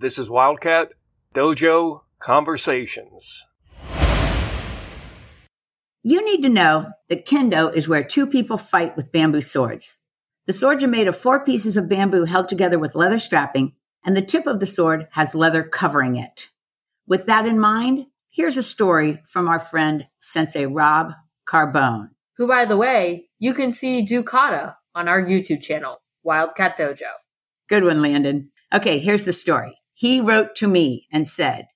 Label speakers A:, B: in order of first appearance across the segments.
A: This is Wildcat Dojo Conversations.
B: You need to know that kendo is where two people fight with bamboo swords. The swords are made of four pieces of bamboo held together with leather strapping, and the tip of the sword has leather covering it. With that in mind, here's a story from our friend Sensei Rob Carbone.
C: who, by the way, you can see do kata on our YouTube channel, Wildcat Dojo.
B: Good one, Landon. Okay, here's the story. He wrote to me and said,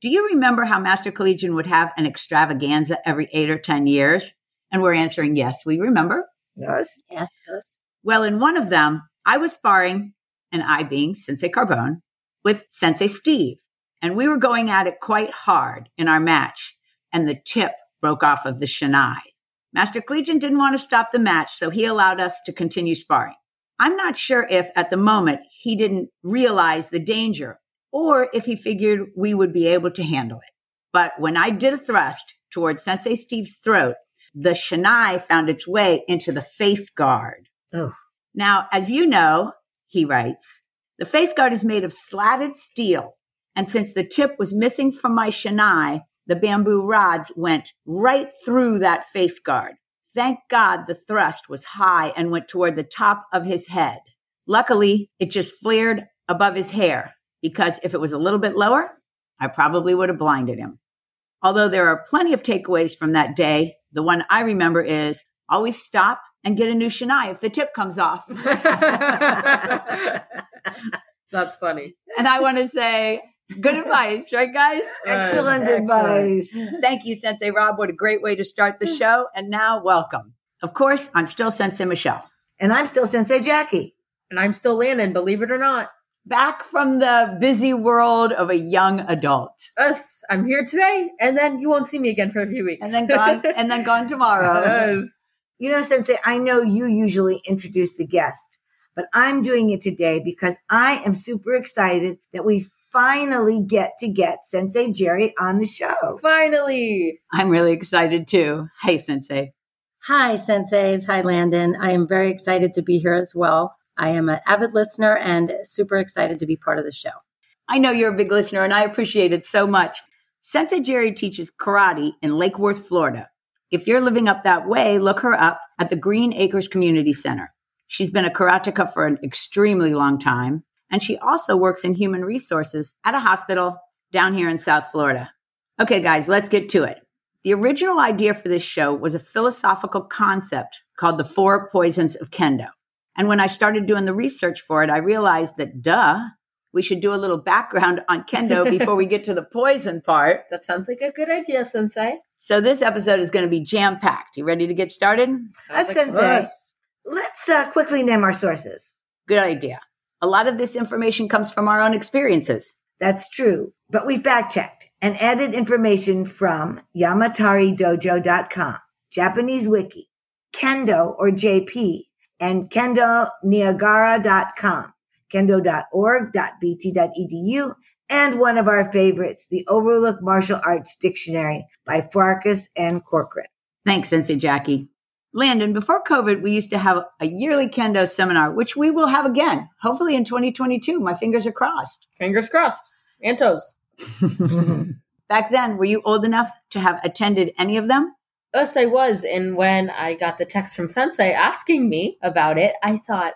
B: Do you remember how Master Collegian would have an extravaganza every eight or 10 years? And we're answering, Yes, we remember.
D: Yes.
B: Yes, yes. Well, in one of them, I was sparring, and I being Sensei Carbone, with Sensei Steve. And we were going at it quite hard in our match, and the tip broke off of the Shanai. Master Collegian didn't want to stop the match, so he allowed us to continue sparring. I'm not sure if at the moment he didn't realize the danger or if he figured we would be able to handle it. But when I did a thrust towards Sensei Steve's throat, the Shanai found its way into the face guard.
D: Ugh.
B: Now, as you know, he writes, the face guard is made of slatted steel. And since the tip was missing from my Shanai, the bamboo rods went right through that face guard. Thank God the thrust was high and went toward the top of his head. Luckily, it just flared above his hair because if it was a little bit lower, I probably would have blinded him. Although there are plenty of takeaways from that day, the one I remember is always stop and get a new Shanai if the tip comes off.
C: That's funny.
B: and I want to say good advice, right, guys?
D: Excellent
C: Excellent.
D: advice.
B: Thank you, Sensei Rob. What a great way to start
C: Hmm.
B: the show. And now, welcome. Of course, I'm still Sensei Michelle.
D: And I'm still Sensei Jackie.
C: And I'm still Landon, believe it or not.
B: Back from the busy world of a young adult,
C: Us, I'm here today, and then you won't see me again for a few weeks.
B: and then gone, and then gone tomorrow.
C: Yes.
D: You know, Sensei, I know you usually introduce the guest, but I'm doing it today because I am super excited that we finally get to get Sensei Jerry on the show.
C: Finally.
B: I'm really excited too. Hey, Sensei.
E: Hi, senseis. Hi, Landon. I am very excited to be here as well. I am an avid listener and super excited to be part of the show.
B: I know you're a big listener, and I appreciate it so much. Sensei Jerry teaches karate in Lake Worth, Florida. If you're living up that way, look her up at the Green Acres Community Center. She's been a karateka for an extremely long time, and she also works in human resources at a hospital down here in South Florida. Okay, guys, let's get to it. The original idea for this show was a philosophical concept called the Four Poisons of Kendo. And when I started doing the research for it, I realized that, duh, we should do a little background on kendo before we get to the poison part.
C: That sounds like a good idea, Sensei.
B: So this episode is going to be jam packed. You ready to get started?
C: Sounds
D: Us,
C: like
D: Sensei.
C: us.
D: Let's uh, quickly name our sources.
B: Good idea. A lot of this information comes from our own experiences.
D: That's true, but we fact checked and added information from yamataridojo.com, Japanese wiki, kendo or JP, and kendoniagara.com, kendo.org.bt.edu, E and one of our favorites, the Overlook Martial Arts Dictionary by Farkas and Corcoran.
B: Thanks, Sensei Jackie. Landon, before COVID, we used to have a yearly kendo seminar, which we will have again, hopefully in 2022. My fingers are crossed.
C: Fingers crossed. And toes.
B: Back then, were you old enough to have attended any of them?
C: Us, I was. And when I got the text from Sensei asking me about it, I thought,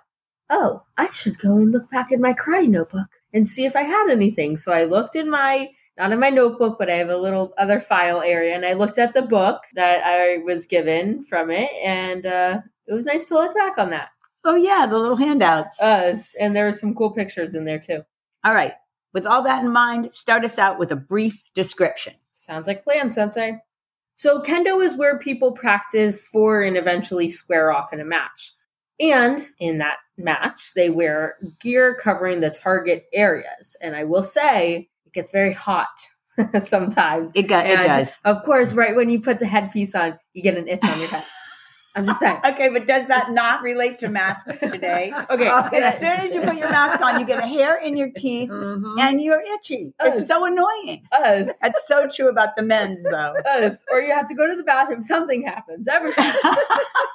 C: oh, I should go and look back in my karate notebook and see if I had anything. So I looked in my, not in my notebook, but I have a little other file area, and I looked at the book that I was given from it, and uh, it was nice to look back on that.
B: Oh, yeah, the little handouts.
C: Us, and there were some cool pictures in there too.
B: all right. With all that in mind, start us out with a brief description.
C: Sounds like a plan, Sensei. So, kendo is where people practice for and eventually square off in a match. And in that match, they wear gear covering the target areas. And I will say, it gets very hot sometimes.
B: It, go- it
C: And
B: does.
C: Of course, right when you put the headpiece on, you get an itch on your head. I'm just saying.
B: Okay, but does that not relate to masks today? Uh,
C: Okay.
B: as soon as you put your mask on, you get a hair in your teeth and you're itchy. It's so annoying.
C: Us.
B: That's so true about the men's, though.
C: us, or you have to go to the bathroom. Something happens every time.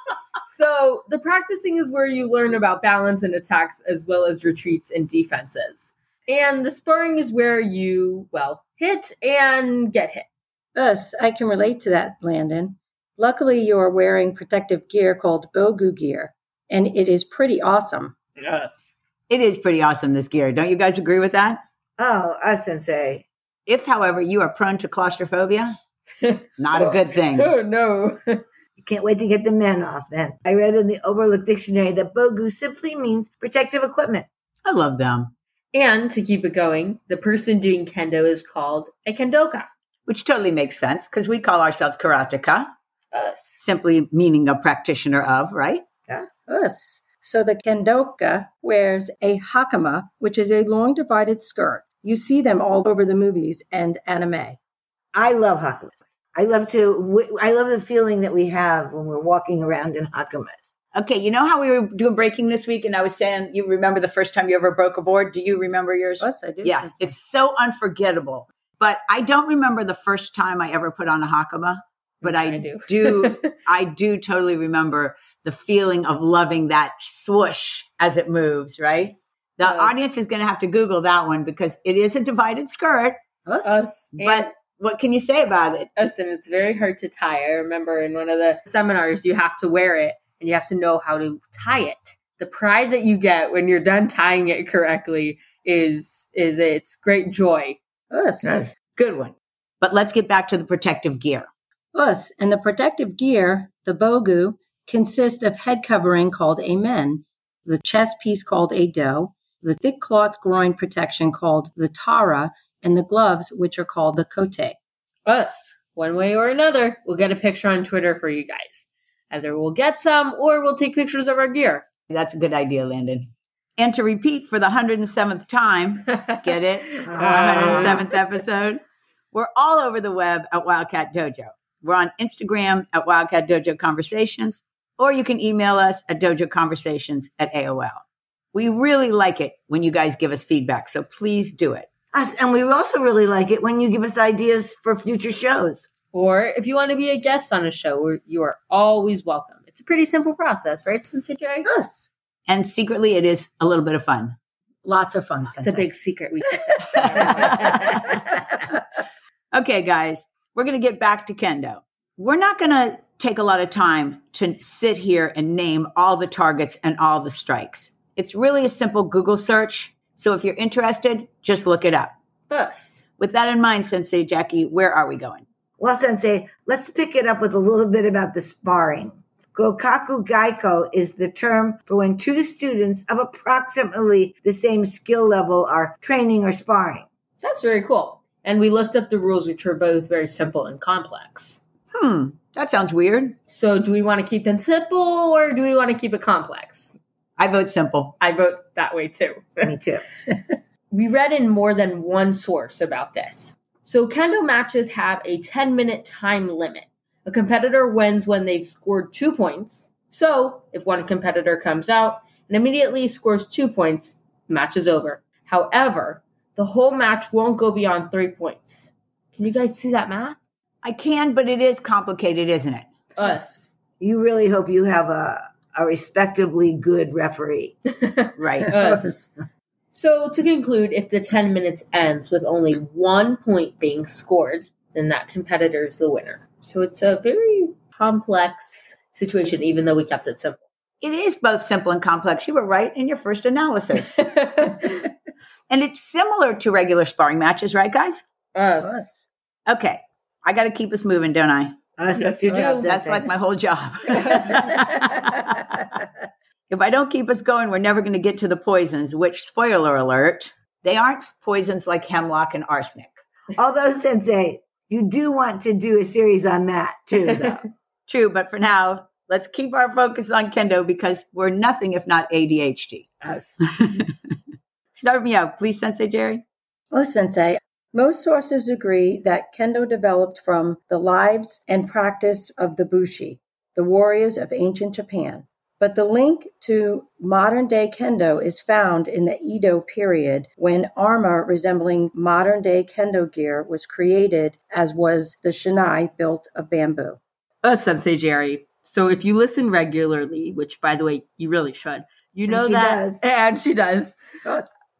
C: so the practicing is where you learn about balance and attacks, as well as retreats and defenses. And the sparring is where you, well, hit and get hit.
E: Thus, I can relate to that, Landon. Luckily, you are wearing protective gear called Bogu gear, and it is pretty awesome.
C: Yes.
B: It is pretty awesome, this gear. Don't you guys agree with that?
D: Oh, uh, sensei.
B: If, however, you are prone to claustrophobia, not a good thing.
C: Oh, no.
D: Can't wait to get the men off then. I read in the Overlook Dictionary that bogu simply means protective equipment.
B: I love them,
C: and to keep it going, the person doing kendo is called a kendoka.
B: which totally makes sense because we call ourselves karateka,
C: Us.
B: simply meaning a practitioner of, right?
D: Yes.
E: Thus, so the kendoka wears a hakama, which is a long divided skirt. You see them all over the movies and anime.
D: I love hakamas. I love to. w- I love the feeling that we have when we're walking around in hakamas.
B: Okay, you know how we were doing breaking this week and I was saying, you remember the first time you ever broke a board? Do you remember yours?
E: Thus, I do.
B: Yeah,
E: sense-
B: it's so unforgettable. But I don't remember the first time I ever put on a hakama, but I,
C: I
B: do.
C: do.
B: I do totally remember the feeling of loving that swoosh as it moves, right? The
C: Yes.
B: audience is going to have to Google that one because it is a divided skirt.
E: Thus.
C: Us.
B: But-
C: and
B: What can you say about it?
C: us, and it's very hard to tie. I remember in one of the seminars, you have to wear it and you have to know how to tie it. The pride that you get when you're done tying it correctly is is it's great joy.
E: Us.
D: Yes.
B: Good one. But let's get back to the protective gear.
E: Us. And the protective gear, the bogu, consists of head covering called a men, the chest piece called a do, the thick cloth groin protection called the tara, and the gloves, which are called the kote.
C: Us, one way or another, we'll get a picture on Twitter for you guys. Either we'll get some or we'll take pictures of our gear.
B: That's a good idea, Landon. And to repeat for the 107th time, get Oh, it?
E: Uh,
D: Ah.
B: 107th episode. We're all over the web at Wildcat Dojo. We're on Instagram at Wildcat Dojo Conversations, or you can email us at dojo conversations at AOL. We really like it when you guys give us feedback, so please do it.
D: Us, and we also really like it when you give us ideas for future shows.
C: Or if you want to be a guest on a show, we're- you are always welcome. It's a pretty simple process, right, Sensei Jerry?
E: Us.
B: And secretly, it is a little bit of fun.
E: Lots of fun.
C: It's a big secret. We
B: okay, guys, we're going to get back to kendo. We're not going to take a lot of time to sit here and name all the targets and all the strikes. It's really a simple Google search. So if you're interested, just look it up.
C: us.
B: With that in mind, Sensei Jackie, where are we going?
D: Well, Sensei, let's pick it up with a little bit about the sparring. Gokaku Gaiko is the term for when two students of approximately the same skill level are training or sparring.
C: That's very cool. And we looked up the rules, which were both very simple and complex.
B: Hmm, that sounds weird.
C: So, do we want to keep them simple or do we want to keep it complex?
B: I vote simple.
C: I vote that way too.
D: Me too.
C: we read in more than one source about this. So, kendo matches have a 10 minute time limit. A competitor wins when they've scored two points. So, if one competitor comes out and immediately scores two points, the match is over. However, the whole match won't go beyond three points. Can you guys see that math?
B: I can, but it is complicated, isn't it?
C: Us.
D: You really hope you have a, a respectably good referee.
B: Right.
C: Us. So, to conclude, if the 10 minutes ends with only one point being scored, then that competitor is the winner. So, it's a very complex situation, even though we kept it simple.
B: it is both simple and complex. You were right in your first analysis. and it's similar to regular sparring matches, right, guys?
C: Us.
E: Us.
B: Okay. I got to keep us moving, don't I?
D: Uh, that's your job.
B: That's
D: Sensei.
B: like my whole job. if I don't keep us going, we're never going to get to the poisons, which, spoiler alert, they aren't poisons like hemlock and arsenic.
D: Although, Sensei, you do want to do a series on that too, though.
B: True, but for now, let's keep our focus on kendo because we're nothing if not ADHD.
D: Us.
B: Start me out, please, Sensei Jerry.
E: Oh, Sensei, most sources agree that kendo developed from the lives and practice of the bushi, the warriors of ancient Japan. But the link to modern day kendo is found in the Edo period when armor resembling modern day kendo gear was created, as was the shinai built of bamboo.
C: Us, Sensei Jerry. So, if you listen regularly, which by the way, you really should, you
D: And
C: know
D: she
C: that.
D: does.
C: And she does.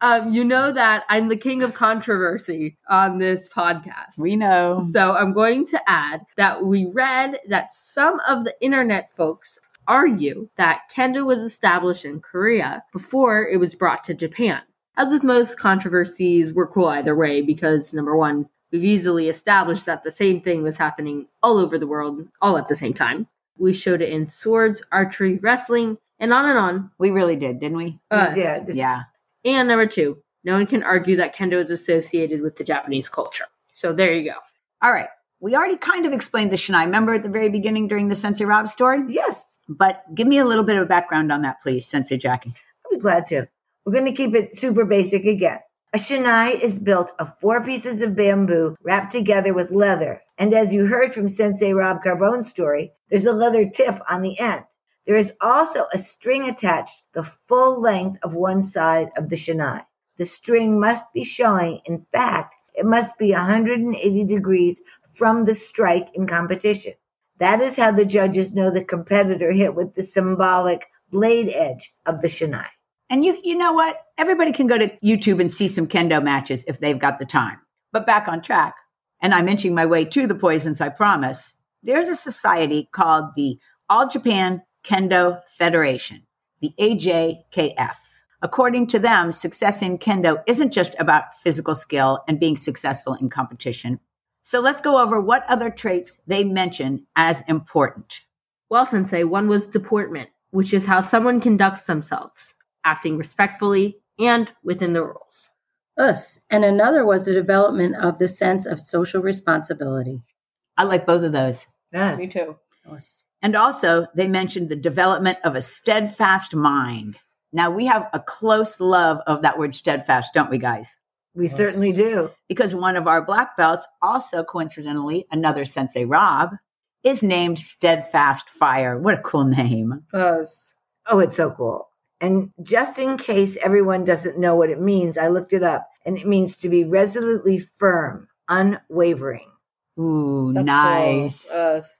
C: Um, you know that I'm the king of controversy on this podcast.
B: We know.
C: So I'm going to add that we read that some of the internet folks argue that kendo was established in Korea before it was brought to Japan. As with most controversies, we're cool either way because number one, we've easily established that the same thing was happening all over the world, all at the same time. We showed it in swords, archery, wrestling, and on and on.
B: We really did, didn't we?
C: Us.
D: We did.
B: Yeah.
C: And number two, no one can argue that kendo is associated with the Japanese culture. So there you go.
B: All right. We already kind of explained the Shinai. Remember at the very beginning during the Sensei Rob story?
D: Yes,
B: But give me a little bit of background on that, please, Sensei Jackie.
D: I'll be glad to. We're going to keep it super basic again. A shinai is built of four pieces of bamboo wrapped together with leather. And as you heard from Sensei Rob Carbone's story, there's a leather tip on the end. There is also a string attached the full length of one side of the shinai. The string must be showing, in fact, it must be 180 degrees from the strike in competition. That is how the judges know the competitor hit with the symbolic blade edge of the shinai.
B: And you, you know what? Everybody can go to YouTube and see some kendo matches if they've got the time. But back on track, and I'm inching my way to the poisons, I promise. There's a society called the All Japan Kendo Federation, the AJKF. According to them, success in kendo isn't just about physical skill and being successful in competition. So let's go over what other traits they mention as important.
C: Well, Sensei, one was deportment, which is how someone conducts themselves, acting respectfully and within the rules.
E: us, and another was the development of the sense of social responsibility.
B: I like both of those.
D: Yes.
C: too.
E: Us.
B: And also, they mentioned the development of a steadfast mind. Now, we have a close love of that word steadfast, don't we, guys?
D: We certainly do.
B: Because one of our black belts, also coincidentally, another sensei Rob, is named Steadfast Fire. What a cool name.
C: Us.
D: Oh, it's so cool. And just in case everyone doesn't know what it means, I looked it up and it means to be resolutely firm, unwavering.
B: Ooh, nice.
C: Us.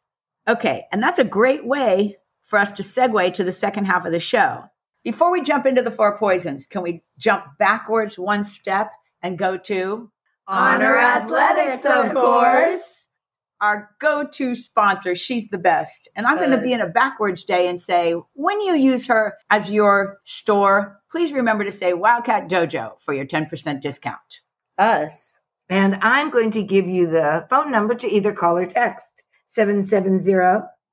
B: Okay, and that's a great way for us to segue to the second half of the show. Before we jump into the four poisons, can we jump backwards one step and go to
D: Honor athletics, of course.
B: our go-to sponsor. She's the best. And I'm going to be in
C: Yes.
B: a backwards day and say, when you use her as your store, please remember to say Wildcat Dojo for your 10% discount.
C: Us.
D: And I'm going to give you the phone number to either call or text 770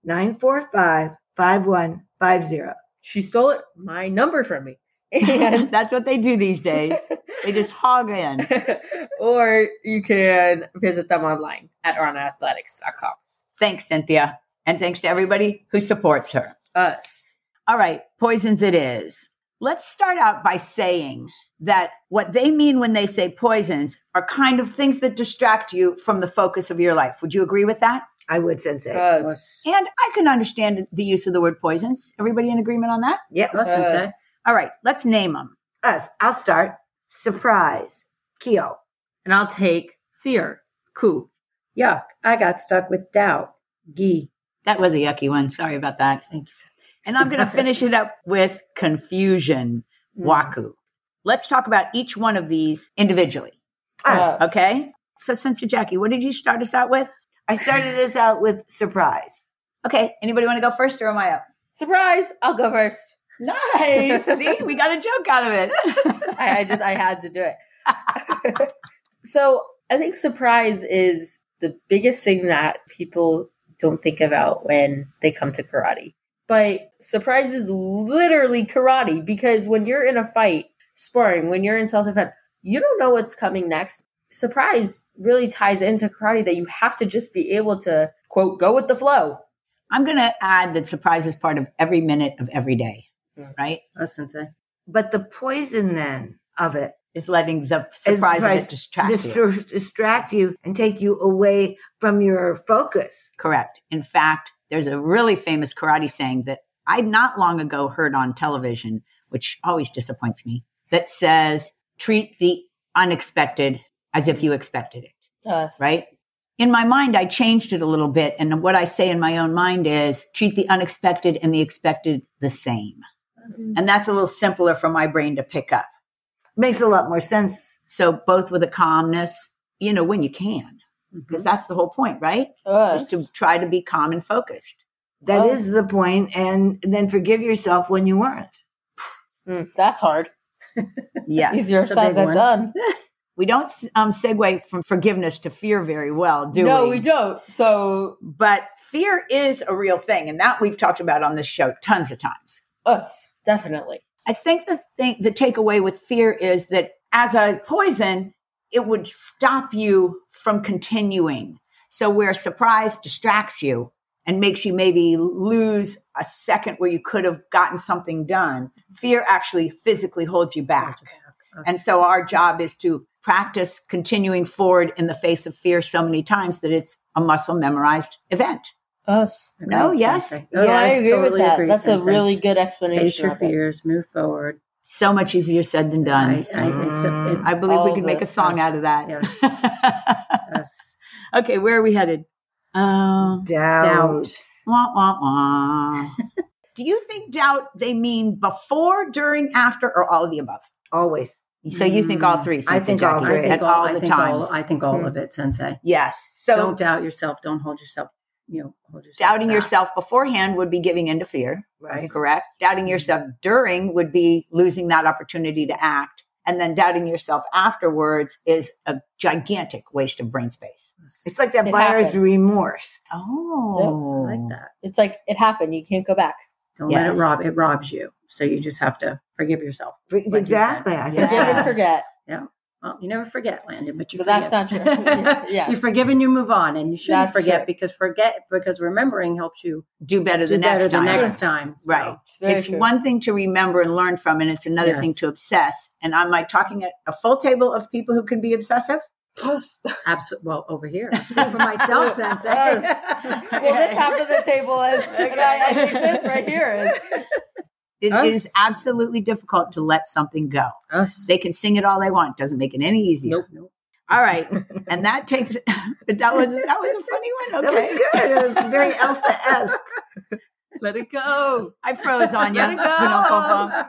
D: 945 5150.
C: She stole it, my number from me. And
B: That's what they do these days. They just hog in.
C: or you can visit them online at honorathletics.com.
B: Thanks, Cynthia. And thanks to everybody who supports her.
C: Us.
B: All right, poisons it is. Let's start out by saying that what they mean when they say poisons are kind of things that distract you from the focus of your life. Would you agree with that?
D: I would, Sensei.
C: Us.
E: Us.
B: And I can understand the use of the word poisons. Everybody in agreement on that?
D: yep.
E: Us. Sensei.
B: All right, let's name them.
D: Us. I'll start. Surprise. Keo.
C: And I'll take fear. Cool.
E: Yuck, I got stuck with doubt. Gee.
B: That was a yucky one. Sorry about that.
E: Thank you.
B: And I'm going to finish it up with confusion, waku. Let's talk about each one of these individually.
D: Us.
C: Us.
B: Okay. So, Sensor Jackie, what did you start us out with?
D: I started us out with surprise.
B: Okay. Anybody want to go first or am I up?
C: Surprise! I'll go first.
B: Nice. See, we got a joke out of it.
C: I, I just I had to do it. so I think surprise is the biggest thing that people don't think about when they come to karate. But surprise is literally karate because when you're in a fight, sparring, when you're in self defense, you don't know what's coming next. Surprise really ties into karate that you have to just be able to quote go with the flow.
B: I'm going to add that surprise is part of every minute of every day,
C: Mm.
B: right?
E: Us, Oh, Sensei.
D: But the poison then of it
B: Is letting the surprise of
D: surprise-
B: it distract you.
D: distra- distract you and take you away from your focus.
B: Correct. In fact, there's a really famous karate saying that I not long ago heard on television, which always disappoints me, that says, treat the unexpected as if you expected it.
C: Us.
B: right? In my mind, I changed it a little bit. And what I say in my own mind is treat the unexpected and the expected the same. And that's a little simpler for my brain to pick up.
D: Makes a lot more sense.
B: So both with a calmness, you know, when you can, because that's the whole point, right? Is to try to be calm and focused.
D: That
C: Oh.
D: is the point, and then forgive yourself when you weren't.
C: Mm, that's hard.
B: Yes.
C: Easier
E: it's a
C: said
E: big
C: than
E: one.
C: done.
B: We don't um, segue from forgiveness to fear very well, do
C: no,
B: we?
C: we don't. So
B: But fear is a real thing, and that we've talked about on this show tons of times.
C: us definitely.
B: I think the thing, the takeaway with fear is that as a poison, it would stop you from continuing. So where surprise distracts you and makes you maybe lose a second where you could have gotten something done, fear actually physically holds you back. And so our job is to practice continuing forward in the face of fear so many times that it's a muscle memorized event.
C: Us.
B: No,
E: Right,
B: yes.
E: Sensei.
C: No,
E: Yes,
C: I agree with
E: totally
C: that.
E: agree,
C: that's a
E: Sensei.
C: really good
E: face
C: explanation.
E: your
C: of it.
E: fears, move forward.
B: So much easier said than done. Mm-hmm.
E: I, I, it's a, it's,
B: I believe we
C: All
B: could make a
C: this
B: song
E: is-
B: out of that.
E: us.
B: okay, where are we headed? Um,
D: Doubt.
E: Doubt.
B: wah, wah, wah. Do you think doubt they mean before, during, after, or all of the above?
D: Always.
B: So you think all three?
D: I
B: Sensei
D: think all
B: Jackie,
D: three.
E: Mm, I think
B: at
E: all,
B: all
E: I
B: the
E: think all,
B: times.
E: I think all of it, Sensei.
B: yes. So
E: don't doubt yourself. Don't hold yourself. You know, hold yourself.
B: doubting
E: back.
B: yourself beforehand would be giving in to fear.
D: Right.
B: correct? Doubting
E: Mm-hmm.
B: yourself during would be losing that opportunity to act. And then doubting yourself afterwards is a gigantic waste of brain space.
D: It's like that
C: It
D: buyer's
C: happened.
D: remorse.
B: Oh,
E: I like that.
C: It's like it happened. You can't go back.
E: Don't let it
B: Yes.
E: rob. It robs you. So you just have to forgive yourself. you said.
D: exactly. I think
C: Forgive and
B: Yeah.
C: forget.
E: Well, you never forget, Landon, but you.
C: But
E: forgive.
C: that's not true. Yes.
E: You forgive and you move on, and you shouldn't
C: That's
E: forget
C: true.
E: because forget because remembering helps you
B: do better
E: do
B: the
E: better
B: next
E: the
B: time.
E: next time. So,
B: Right.
C: It's very
B: it's
C: true.
B: one thing to remember and learn from, and it's another
E: Yes.
B: thing to obsess. And am I talking at a full table of people who can be obsessive?
C: Yes.
E: Absolutely. Well, over here for myself, Sensei.
C: Yes. Well, this half of the table is, and I, I think this right here is.
B: It is
E: Us.
B: absolutely difficult to let something go.
E: Us.
B: They can sing it all they want; doesn't make it any easier.
E: nope. nope.
B: All right, and that takes. but that was that was a funny one.
D: That
B: Okay,
D: was good. It was very Elsa esque.
B: let it go. I froze on you.
C: Let it go.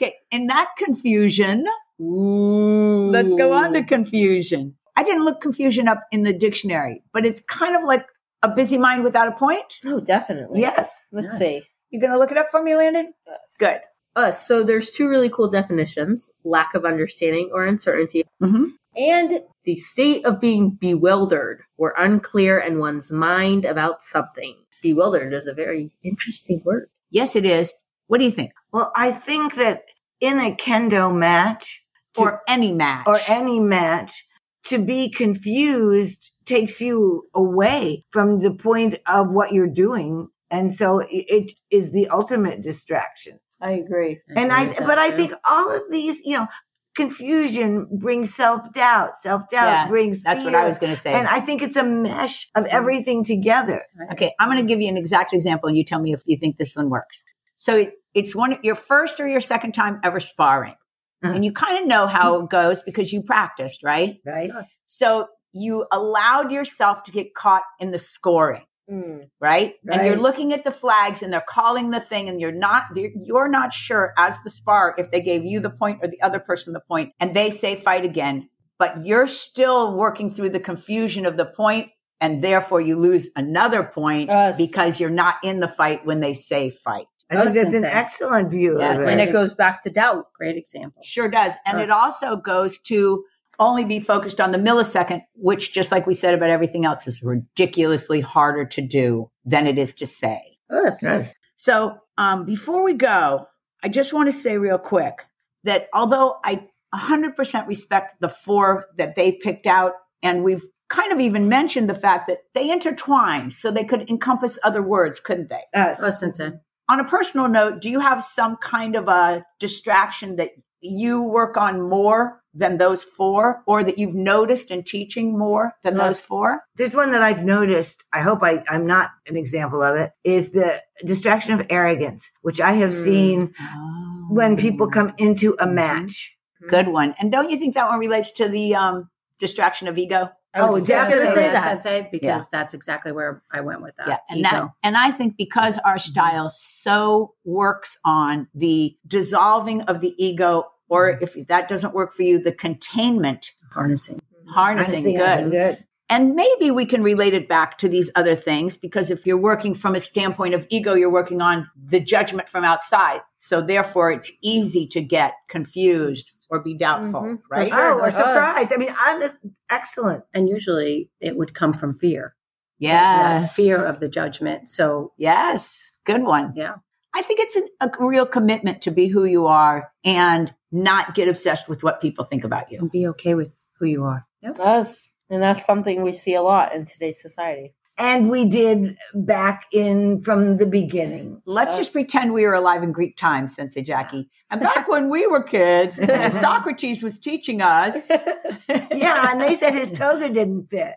B: Okay, in that confusion,
C: Ooh.
B: let's go on to confusion. I didn't look confusion up in the dictionary, but it's kind of like a busy mind without a point.
C: No, Oh, definitely.
D: Yes.
C: Let's
E: Yes.
C: see.
B: You gonna look it up for me, Landon? Good.
C: Uh, so there's two really cool definitions: lack of understanding or uncertainty,
B: Mm-hmm.
C: and the state of being bewildered or unclear in one's mind about something. Bewildered is a very interesting word.
B: Yes, it is. What do you think?
D: Well, I think that in a kendo match To-
B: Or any match?
D: or any match, to be confused takes you away from the point of what you're doing. And so i- it is the ultimate distraction.
C: I agree.
D: And I,
E: agree with
D: but
E: that,
D: I
E: too.
D: think all of these, you know, confusion brings self doubt. Self doubt
B: Yeah,
D: brings
B: That's what
D: fear.
B: I was gonna say. Mm-hmm.
D: And I think it's a mesh of everything together.
B: Okay, I'm going to give you an exact example, and you tell me if you think this one works. So it, it's one your first or your second time ever sparring,
D: Uh-huh.
B: and you kind of know how it goes because you practiced, right?
D: Right.
E: Yes.
B: So you allowed yourself to get caught in the scoring,
C: Hmm.
B: right? And you're
D: Right.
B: looking at the flags, and they're calling the thing, and you're not you're- you're not sure as the spar if they gave you the point or the other person the point, and they say fight again, but you're still working through the confusion of the point. And therefore, you lose another point
C: Us.
B: because you're not in the fight when they say fight.
D: I think that's an
E: Sensei.
D: excellent view
B: Yes.
D: of
C: And
D: it.
C: it goes back to doubt.
E: Great example.
B: Sure does. And
E: Us.
B: it also goes to only be focused on the millisecond, which, just like we said about everything else, is ridiculously harder to do than it is to say.
E: Us.
D: Yes.
B: So, um, before we go, I just want to say real quick that although I 100% respect the four that they picked out, and we've kind of even mentioned the fact that they intertwined so they could encompass other words, couldn't they?
D: Us.
C: Oh,
E: Us, Sensei.
B: on a personal note, do you have some kind of a distraction that you work on more than those four, or that you've noticed in teaching more than
C: Yes.
B: those four?
D: There's one that I've noticed. I hope I, I'm not an example of it. Is the distraction of arrogance, which I have
C: Mm.
D: seen when people come into a
B: Mhm.
D: match.
B: Good one. And don't you think that one relates to the um, distraction of ego?
C: I was
D: Oh,
C: just gonna
D: definitely.
C: say that.
E: Sensei, because
B: Yeah.
E: that's exactly where I went with that.
B: yeah, and
E: Ego.
B: that, and I think because our style so works on the dissolving of the ego Or if that doesn't work for you, the containment,
E: harnessing.
B: harnessing,
D: Honestly, I'm
B: good. And maybe we can relate it back to these other things because if you're working from a standpoint of ego, you're working on the judgment from outside. So therefore, it's easy to get confused or be doubtful,
C: Mhm.
B: right?
C: For sure.
D: Oh, or surprised. I mean, I'm just excellent.
E: And usually it would come from fear. that
B: Yes.
E: Fear of the judgment. So,
B: Yes. Good one.
E: Yeah.
B: I think it's an, a real commitment to be who you are and not get obsessed with what people think about you.
E: and be okay with who you are. Yep.
C: Us. And that's something we see a lot in today's society.
D: And we did back in from the beginning.
B: Let's
C: Yes.
B: just pretend we were alive in Greek times, Sensei Jackie. And back when we were kids, and Socrates was teaching us.
D: Yeah, and they said his toga didn't fit.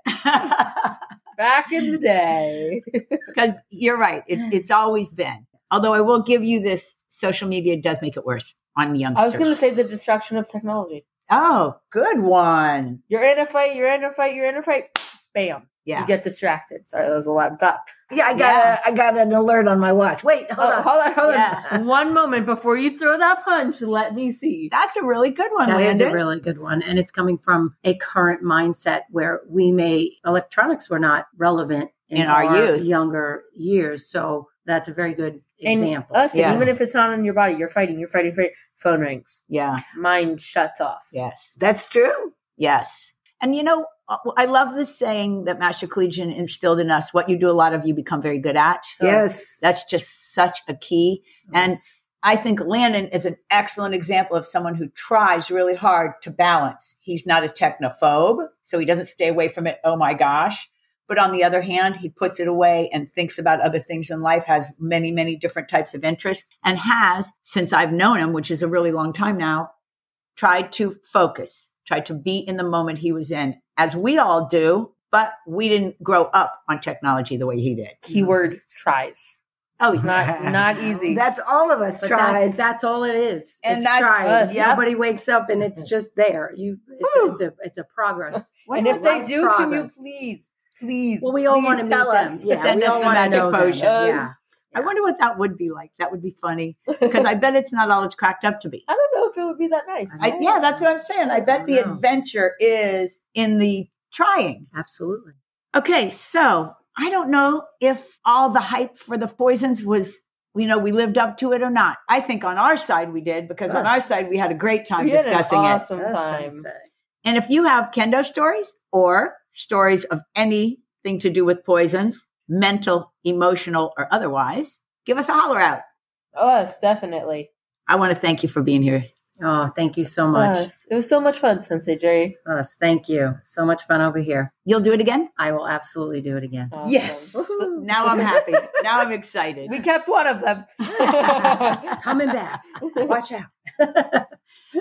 C: Back in the day.
B: Because you're right, it, it's always been. Although I will give you this, social media does make it worse on youngsters.
C: I was going to say the destruction of technology.
B: oh, good one.
C: You're in a fight, you're in a fight, you're in a fight. Bam.
B: Yeah.
C: You get distracted. Sorry, that was a loud pop.
D: Yeah, I got
B: Yeah.
D: A, I got an alert on my watch. Wait, hold
C: Oh,
D: on.
C: hold on, hold on.
B: Yeah.
C: One moment before you throw that punch, let me see.
B: That's a really good one,
E: That is a
B: Landon.
E: really good one. And it's coming from a current mindset where we may, electronics were not relevant
B: In our youth.
E: younger years. So that's a very good
C: And
E: example.
C: us,
B: Yes.
C: even if it's not on your body, you're fighting, you're fighting, fighting. Phone rings.
B: yeah.
C: Mine shuts off.
B: Yes.
D: That's
C: Oh,
D: true.
B: Yes. And you know, uh, I love this saying that Master Collegian instilled in us what you do a lot of, you become very good at.
D: Yes.
B: That's just such a key. And I think Landon is an excellent example of someone who tries really hard to balance. He's not a technophobe, so he doesn't stay away from it. Oh my gosh. But on the other hand, he puts it away and thinks about other things in life, has many, many different types of interests, and has, since I've known him, which is a really long time now, tried to focus, tried to be in the moment he was in, as we all do, but we didn't grow up on technology the way he did.
C: Keyword tries.
B: Oh,
C: It's not not easy.
D: That's all of us
E: But
D: tried.
E: that's, that's all it is.
B: And
E: it's
B: that's
E: trying.
C: us.
B: Yep.
E: Nobody wakes up and it's just there. You,
B: Woo.
E: it's, it's a, it's a progress.
B: what
C: and
B: do
C: if they
E: Life
C: do, can you
E: progress.
C: please, please?
E: Well, we all
C: please
E: want to meet
C: tell
E: them.
C: us?
E: Yeah,
B: Send
E: we
B: us
E: all
B: the
E: want to
B: magic
E: know them.
B: potion.
E: Yeah.
B: I wonder what that would be like. That would be funny because I bet it's not all it's cracked up to be.
C: I don't know if it would be that nice.
B: I, yeah, that's what I'm saying. I bet the
E: No.
B: adventure is in the trying.
E: Absolutely.
B: Okay, so I don't know if all the hype for the poisons was, you know, we lived up to it or not. I think on our side we did because on our side we had a great time
C: we had an
B: discussing it.
C: awesome
E: That's
C: time.
E: sunset.
B: And if you have kendo stories or stories of anything to do with poisons, mental, emotional, or otherwise, give us a holler out.
C: Us definitely.
B: I want to thank you for being here.
E: Oh, thank you so much.
C: Us. It was so much fun, Sensei Jerry.
E: Us. Thank you. So much fun over here.
B: You'll do it again?
E: I will absolutely do it again.
C: Awesome.
B: Woohoo. Now I'm happy. now I'm excited.
C: We kept one of them.
E: Coming back. Watch out.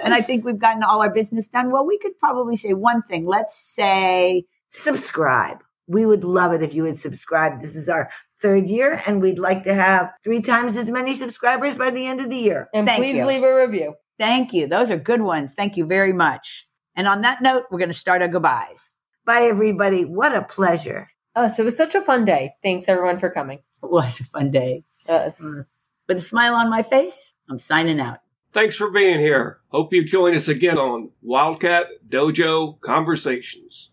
B: and I think we've gotten all our business done. Well, we could probably say one thing. Let's say,
D: subscribe. We would love it if you would subscribe. This is our third year, and we'd like to have three times as many subscribers by the end of the year.
C: and
B: Thank
C: please
B: you.
C: leave a review.
B: thank you. Those are good ones. Thank you very much. And on that note, we're going to start our goodbyes.
D: Bye, everybody. What a pleasure.
C: Us. Oh, It was such a fun day. Thanks everyone for coming. Uh,
B: It was a fun day.
C: Us.
E: Us.
B: With a smile on my face, I'm signing out.
A: Thanks for being here. Hope you join us again on Wildcat Dojo Conversations.